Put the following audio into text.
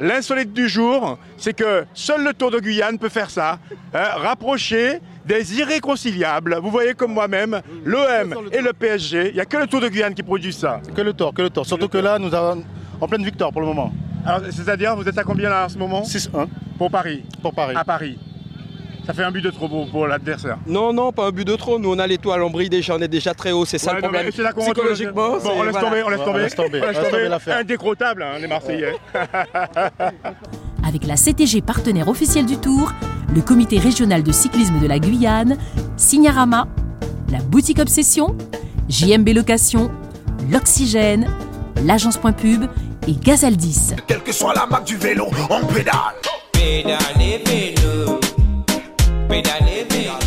L'insolite du jour, c'est que seul le Tour de Guyane peut faire ça, hein, rapprocher des irréconciliables. Vous voyez comme moi-même, l'OM et le PSG, il n'y a que le Tour de Guyane qui produit ça. Que le tort, que le tort. Surtout que là, nous avons en pleine victoire pour le moment. Alors, c'est-à-dire, vous êtes à combien là en ce moment 6-1 Pour Paris, pour Paris. à Paris. Ça fait un but de trop pour, pour l'adversaire. Non, non, pas un but de trop. Nous, on a l'étoile, on brille déjà, on est déjà très haut. C'est ça Ouais, le non, mais problème. c'est là qu'on retourne- Psychologiquement, Bon, c'est- on laisse voilà. tomber, on laisse Ouais, on tomber. laisse tomber, on laisse tomber l'affaire. Indécrottable, hein, les Marseillais. Avec la CTG partenaire officielle du Tour, le comité régional de cyclisme de la Guyane, Signarama, la boutique Obsession, JMB Location, l'Oxygène, l'agence Point Pub et Gazaldis. Quelle que soit la marque du vélo, on pédale. Pédalez, vélo. Pédalez, vélo.